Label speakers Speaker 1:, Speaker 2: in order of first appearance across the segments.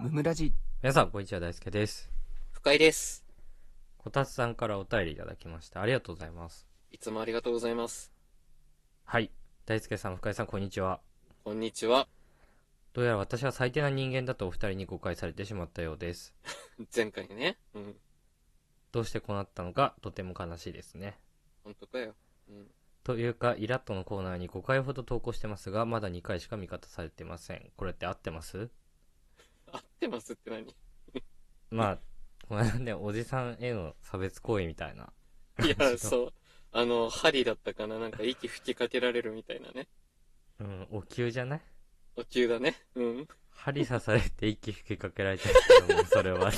Speaker 1: ムムラジ
Speaker 2: 皆さん、こんにちは。大輔です。
Speaker 3: 深井です。
Speaker 2: こたつさんからお便りいただきました。ありがとうございます。
Speaker 3: いつもありがとうございます。
Speaker 2: はい。大輔さん、深井さん、こんにちは。
Speaker 3: こんにちは。
Speaker 2: どうやら私は最低な人間だとお二人に誤解されてしまったようです。
Speaker 3: 前回ね。うん。
Speaker 2: どうしてこうなったのか、とても悲しいですね。
Speaker 3: 本当かよ。うん。
Speaker 2: というか、イラッとのコーナーに5回ほど投稿してますが、まだ2回しか味方されてません。これって合ってます
Speaker 3: 合ってますって 何い
Speaker 2: まあ、これね、おじさんへの差別行為みたいな。
Speaker 3: や、そう。あの、針だったかななんか息吹きかけられるみたいなね。
Speaker 2: うん、お灸じゃない
Speaker 3: お灸だね。うん。
Speaker 2: 針刺されて息吹きかけられてるけども、それは、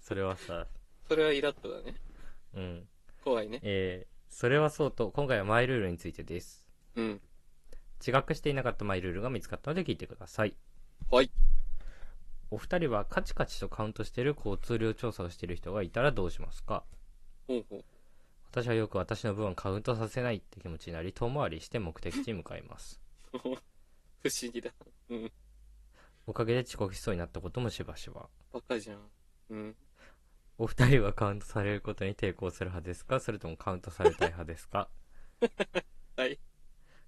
Speaker 2: それはさ、
Speaker 3: それはイラッとだね。
Speaker 2: うん。
Speaker 3: 怖いね。
Speaker 2: えーそれはそうと、今回はマイルールについてです。
Speaker 3: うん。
Speaker 2: 自覚していなかったマイルールが見つかったので聞いてください。
Speaker 3: はい。
Speaker 2: お二人はカチカチとカウントしている交通量調査をしている人がいたらどうしますか
Speaker 3: ほうほ う。
Speaker 2: 私はよく私の分はカウントさせないって気持ちになり、遠回りして目的地に向かいます。
Speaker 3: 不思議だ。うん。
Speaker 2: おかげで遅刻しそうになったこともしばしば。
Speaker 3: バカじゃん。うん。
Speaker 2: お二人はカウントされることに抵抗する派ですかそれともカウントされたい派ですか
Speaker 3: はい。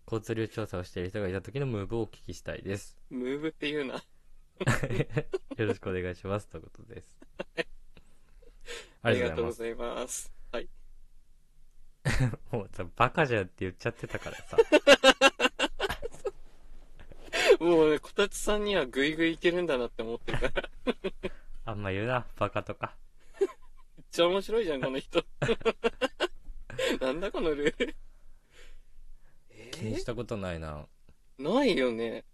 Speaker 2: 交通量調査をしている人がいた時のムーブをお聞きしたいです。
Speaker 3: ムーブって言うな。
Speaker 2: よろしくお願いします。ということです。
Speaker 3: あ
Speaker 2: あ
Speaker 3: り
Speaker 2: り
Speaker 3: が
Speaker 2: がと
Speaker 3: と
Speaker 2: うご
Speaker 3: うご
Speaker 2: ざい
Speaker 3: ざいます。はい。
Speaker 2: ます。もうさ、バカじゃんって言っちゃってたからさ。
Speaker 3: もうね、こたつさんにはぐいぐいいけるんだなって思ってるから。めっ
Speaker 2: あんま言うな、バカとか。
Speaker 3: ちゃ面白いじゃん、この人。 なんだこのルール。え
Speaker 2: 気にしたことないな。
Speaker 3: ないよね。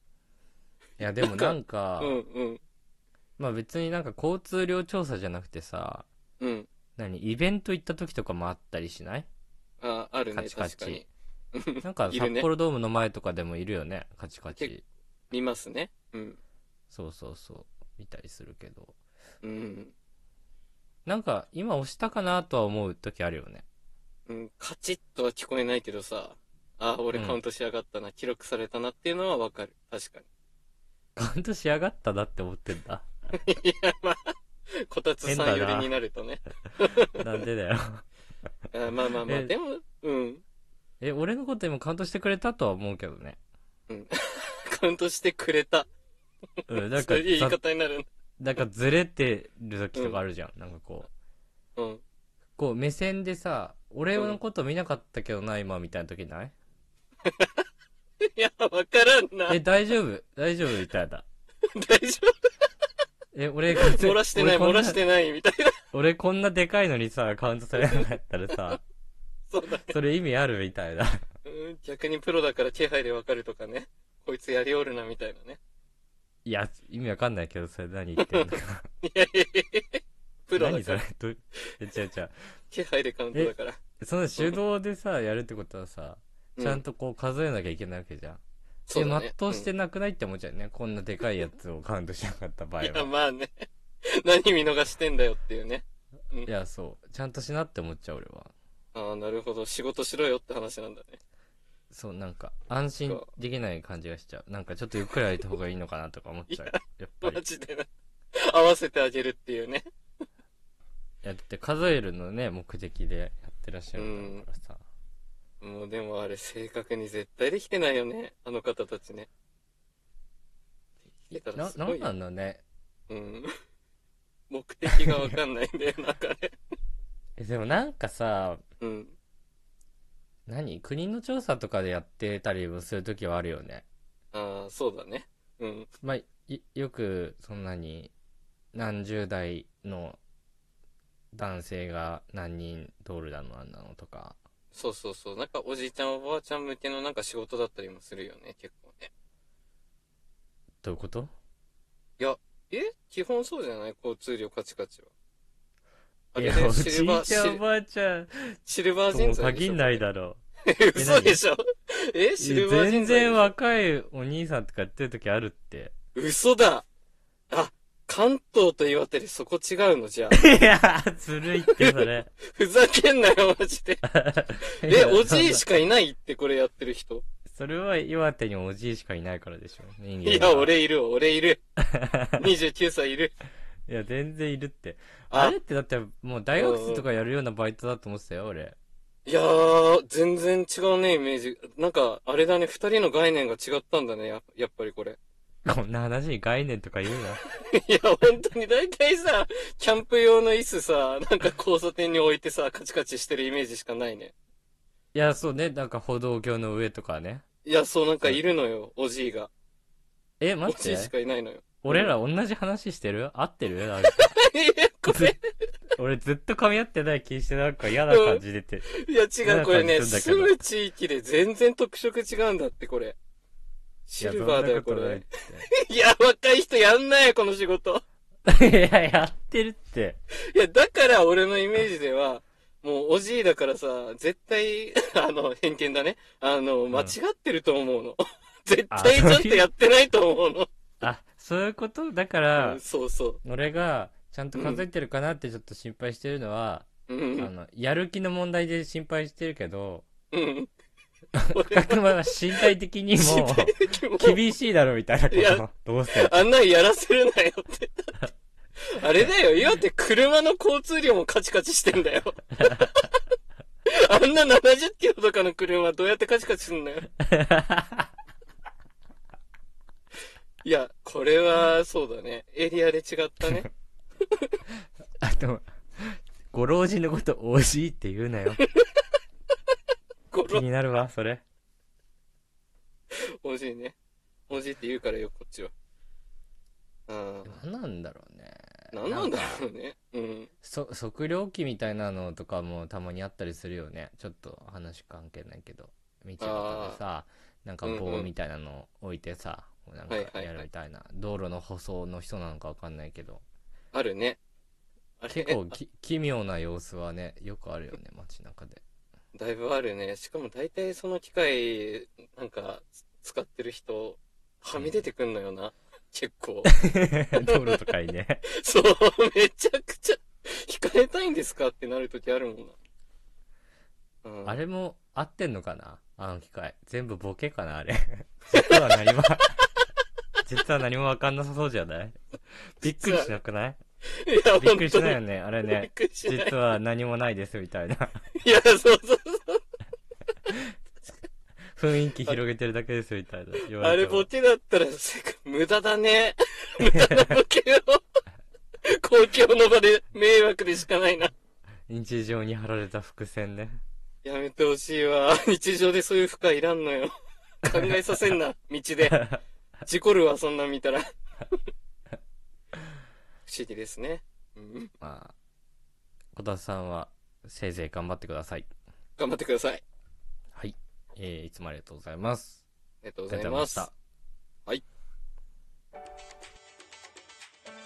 Speaker 2: いや、でもなんか、
Speaker 3: うんうん。
Speaker 2: まあ別になんか交通量調査じゃなくてさ、
Speaker 3: うん。
Speaker 2: 何、イベント行った時とかもあったりしない
Speaker 3: あ、ある
Speaker 2: カ
Speaker 3: ね、
Speaker 2: チカ
Speaker 3: 確かに
Speaker 2: チ。。なんか
Speaker 3: いるね
Speaker 2: 札幌ドームの前とかでもいるよね、カチカチ
Speaker 3: 結。見ますね。うん。
Speaker 2: そうそうそう。見たりするけど。
Speaker 3: うん。
Speaker 2: なんか、今押したかなとは思う時あるよ ね。
Speaker 3: うん、カチッとは聞こえないけどさ、あ、俺
Speaker 2: うん
Speaker 3: カウントしやがったな、記録されたなっていうのはわかる。確か
Speaker 2: カウントしやがったなって思ってんだ。
Speaker 3: に。いや、まあ、こたつさん
Speaker 2: 変だ
Speaker 3: 寄
Speaker 2: な
Speaker 3: りになるとね。
Speaker 2: なんでだよ。
Speaker 3: あまあまあまあ、
Speaker 2: え
Speaker 3: でも、うん。
Speaker 2: え、俺のこと今カウントしてくれたとは思うけどね。
Speaker 3: カウントしてくれた。
Speaker 2: うん、なん
Speaker 3: そ
Speaker 2: か
Speaker 3: ういう言い
Speaker 2: さ、
Speaker 3: 方になるんだ。
Speaker 2: なんかずれてる時とかあるじゃん。なんかこう、
Speaker 3: うん。
Speaker 2: こう目線でさ、俺のこと見なかったけどな、今みたいな時ない
Speaker 3: いや、わからんな。
Speaker 2: え、大丈夫大丈夫みたいな。
Speaker 3: 大丈
Speaker 2: え、俺、
Speaker 3: 夫。 漏らしてない、
Speaker 2: 俺こ
Speaker 3: 漏
Speaker 2: んな
Speaker 3: らしてない、みたいな。
Speaker 2: 俺こんなでかいのにさ、カウントされなかったらさ、
Speaker 3: そうだね。
Speaker 2: それ意味あるみたいな。
Speaker 3: うん、逆にプロだから気配でわかるとかね。こいつやりおるな、みたいなね。
Speaker 2: いや、意味わかんないけど、それ何言 ってんのか。
Speaker 3: いやいやいやいやプロだ
Speaker 2: 何
Speaker 3: か
Speaker 2: それ
Speaker 3: ら。
Speaker 2: どう え、違う違う。
Speaker 3: 気配でカウントだから。
Speaker 2: その手動でさ、やるってことはさ、ちゃんとこう数えなきゃいけないわけじゃん。
Speaker 3: そうだね
Speaker 2: で、全うしてなくないって思っちゃうよね。こんなでかいやつをカウントしなかった場合
Speaker 3: う
Speaker 2: は。
Speaker 3: んい
Speaker 2: い
Speaker 3: や、
Speaker 2: や、
Speaker 3: まあね。 何見逃してんだよっていうね。
Speaker 2: そう。ちゃんとしなって思っちゃう、俺は。
Speaker 3: ああ、なるほど。仕事しろよって話なんだね。
Speaker 2: そう、なんか、安心できない感じがしちゃう。なんか、ちょっとゆっくり歩いた方がいいのかなとか思っちゃう。やっぱり。
Speaker 3: マ
Speaker 2: い
Speaker 3: ジでな。 合わせてあげるっていうね。
Speaker 2: や、だって数えるのね、目的でやってらっしゃるんだからさ。
Speaker 3: もうでもあれ、正確に絶対できてないよね。あの方たちね。聞いたら
Speaker 2: な、
Speaker 3: す
Speaker 2: な
Speaker 3: ご
Speaker 2: ん
Speaker 3: い
Speaker 2: なんだね。
Speaker 3: うん。 目的がわかんないんだよ、なんかね。
Speaker 2: え、でもなんかさ、
Speaker 3: うん。
Speaker 2: 何国の調査とかでやってたりもするときはあるよね。
Speaker 3: ああ、そうだね。うん。
Speaker 2: まあ、いよくそんなに何十代の男性が何人ドールだのあんなのとか
Speaker 3: そうそうそう。なんかおじいちゃんおばあちゃん向けのなんか仕事だったりもするよね、結構ね。
Speaker 2: どういうこと
Speaker 3: え基本そうじゃない交通量カチカチは。あ
Speaker 2: い
Speaker 3: れ
Speaker 2: や
Speaker 3: ね、
Speaker 2: おじ
Speaker 3: シ
Speaker 2: い
Speaker 3: ルバー、
Speaker 2: ちゃんお
Speaker 3: シル
Speaker 2: ばあちゃん
Speaker 3: シルバー
Speaker 2: とも
Speaker 3: 人材でし
Speaker 2: 限
Speaker 3: ょ。
Speaker 2: んないだろ
Speaker 3: え嘘でしょえ
Speaker 2: う
Speaker 3: シルバー人
Speaker 2: 全
Speaker 3: 材でしょ
Speaker 2: 然若いお兄さんとかやってる時あるって
Speaker 3: 嘘だあ、関東と岩手でそこ違うのじゃあ。
Speaker 2: いやずるいってそれ
Speaker 3: ふざけんなよ、マジで。え、おじいし
Speaker 2: か
Speaker 3: かいないってこれやってる人。
Speaker 2: それは岩手におじいしかいないからでしょ。人間
Speaker 3: い
Speaker 2: が
Speaker 3: や、。俺いる、俺いる。29歳いる。
Speaker 2: いや、全然いるって。
Speaker 3: あ
Speaker 2: あれってだってもう大学生とかやるようなバイトだと思ってたよ、俺。
Speaker 3: いやー、全然違うね、イメージ。なんか、あれだね、二人の概念が違ったんだね、ややっぱりこれ。
Speaker 2: こんな話に概念とか言 う
Speaker 3: いや、本当に大体さ、キャンプ用の椅子さ、なんか交差点に置いてさ、カチカチしてるイメージしかないね。
Speaker 2: いや、そうね。なんか歩道橋の上とかね。
Speaker 3: いや、そうなんかいるのよ、おじいが。
Speaker 2: え、待っ
Speaker 3: お
Speaker 2: て
Speaker 3: じい。しかいないのよ。
Speaker 2: 俺ら同じ話してる合ってるなんか
Speaker 3: いや、これ、
Speaker 2: 俺ずっと噛み合ってない気してなんか嫌な感じ出て。
Speaker 3: いや違う、これ
Speaker 2: 嫌な感じする
Speaker 3: ね、
Speaker 2: んだけ
Speaker 3: 住
Speaker 2: ど
Speaker 3: む地域で全然特色違うんだって、これ。シルバーだよ、こ
Speaker 2: いや
Speaker 3: れ。 いや、若い人やんないよ、この仕事。
Speaker 2: そんなことないって。い や、やってるって。
Speaker 3: いや、だから俺のイメージでは、もうおじいだからさ、絶対、 あの、偏見だね。あの、間違ってると思うの。 絶対ちゃんとやってないと思うの。
Speaker 2: あ、そういうことだから
Speaker 3: うん、そうそ
Speaker 2: 俺がちゃんと数えてるかなってちょっと心配してるのは、
Speaker 3: う。うんう
Speaker 2: あ
Speaker 3: ん。
Speaker 2: の、やる気の問題で心配してるけど、
Speaker 3: うん。
Speaker 2: 深くは身体的 にも厳しいだろみたいなこ
Speaker 3: いや
Speaker 2: と。どうせ。
Speaker 3: あんなんやらせるなよ って。あれだよ、岩手車の交通量もカチカチして んだよ。あんな70キロとかの車どうやってカチカチすんのよ。 いや、これはそうだね。エリアで違ったね。
Speaker 2: あと、ご老人のことおじいって言うなよ。
Speaker 3: ゴ
Speaker 2: 気
Speaker 3: ロ
Speaker 2: になるわ、それ。
Speaker 3: おじいね。おじいって言うからよ、こっちは。あ
Speaker 2: 何なんだろうね。
Speaker 3: あ、なんなんだろうね。うん。
Speaker 2: そ測量器みたいなのとかもたまにあったりするよねちょっと話関係ないけど道端でさなんか
Speaker 3: うんう
Speaker 2: 棒
Speaker 3: ん
Speaker 2: みたいなの置いてさ、なん
Speaker 3: はいは
Speaker 2: か
Speaker 3: いは
Speaker 2: や
Speaker 3: い
Speaker 2: るみたいな、道路の舗装の人なのかわかんないけど
Speaker 3: あるね。あれ
Speaker 2: 結構き奇妙な様子はねよくあるよね街中 で
Speaker 3: だいぶあるね。しかも大体その機械、なんか、使ってる人、はみ出てくんのよな。結構。
Speaker 2: 道路とかにね
Speaker 3: そう、めちゃくちゃ、控えたいんですかってなるときあるもんな。うん、
Speaker 2: あれも合ってんのかなあの機械全部ボケかなあ れ実は何も実は何もわかんなさそうじゃないびっくりしなくない
Speaker 3: いや、
Speaker 2: びっくりしないよ
Speaker 3: ね。
Speaker 2: ねあれ
Speaker 3: び
Speaker 2: ね
Speaker 3: っくりしない。
Speaker 2: 実は何もないですみたい な
Speaker 3: いや、そうそうそう。
Speaker 2: 雰囲気広げてるだけですみたいな言わ
Speaker 3: あ
Speaker 2: れ
Speaker 3: れ
Speaker 2: ても
Speaker 3: ボケだったら、せっか無駄だね。無駄なボケを。公共の場で迷惑でしかないな。
Speaker 2: 日常に貼られた伏線ね
Speaker 3: やめてほしいわ。 日常でそういう負荷いらんの よ。考えさせんな、道で。事故るわ、そんなん見たら。 不思議ですね。うん、
Speaker 2: まあ小田さんはせいぜい頑張ってください
Speaker 3: 頑張ってください。あ
Speaker 2: はい、えーいつもありがとうございます
Speaker 3: りがとう
Speaker 2: あ
Speaker 3: ございます。はい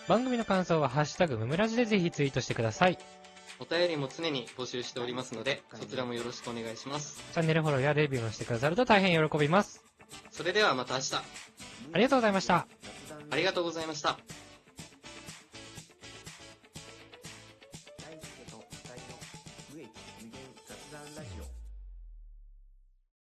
Speaker 1: 番組の感想は「ハッシュタグムムラジ」でぜひツイートしてくださいチ
Speaker 3: お便りも常に募集しておりますので、そちらもよろしくお願いします。
Speaker 1: ャンネルフォローやレビューもしてくださると大変喜びます
Speaker 3: それではまた明日、
Speaker 1: ありがとうございました
Speaker 3: ありがとうございました。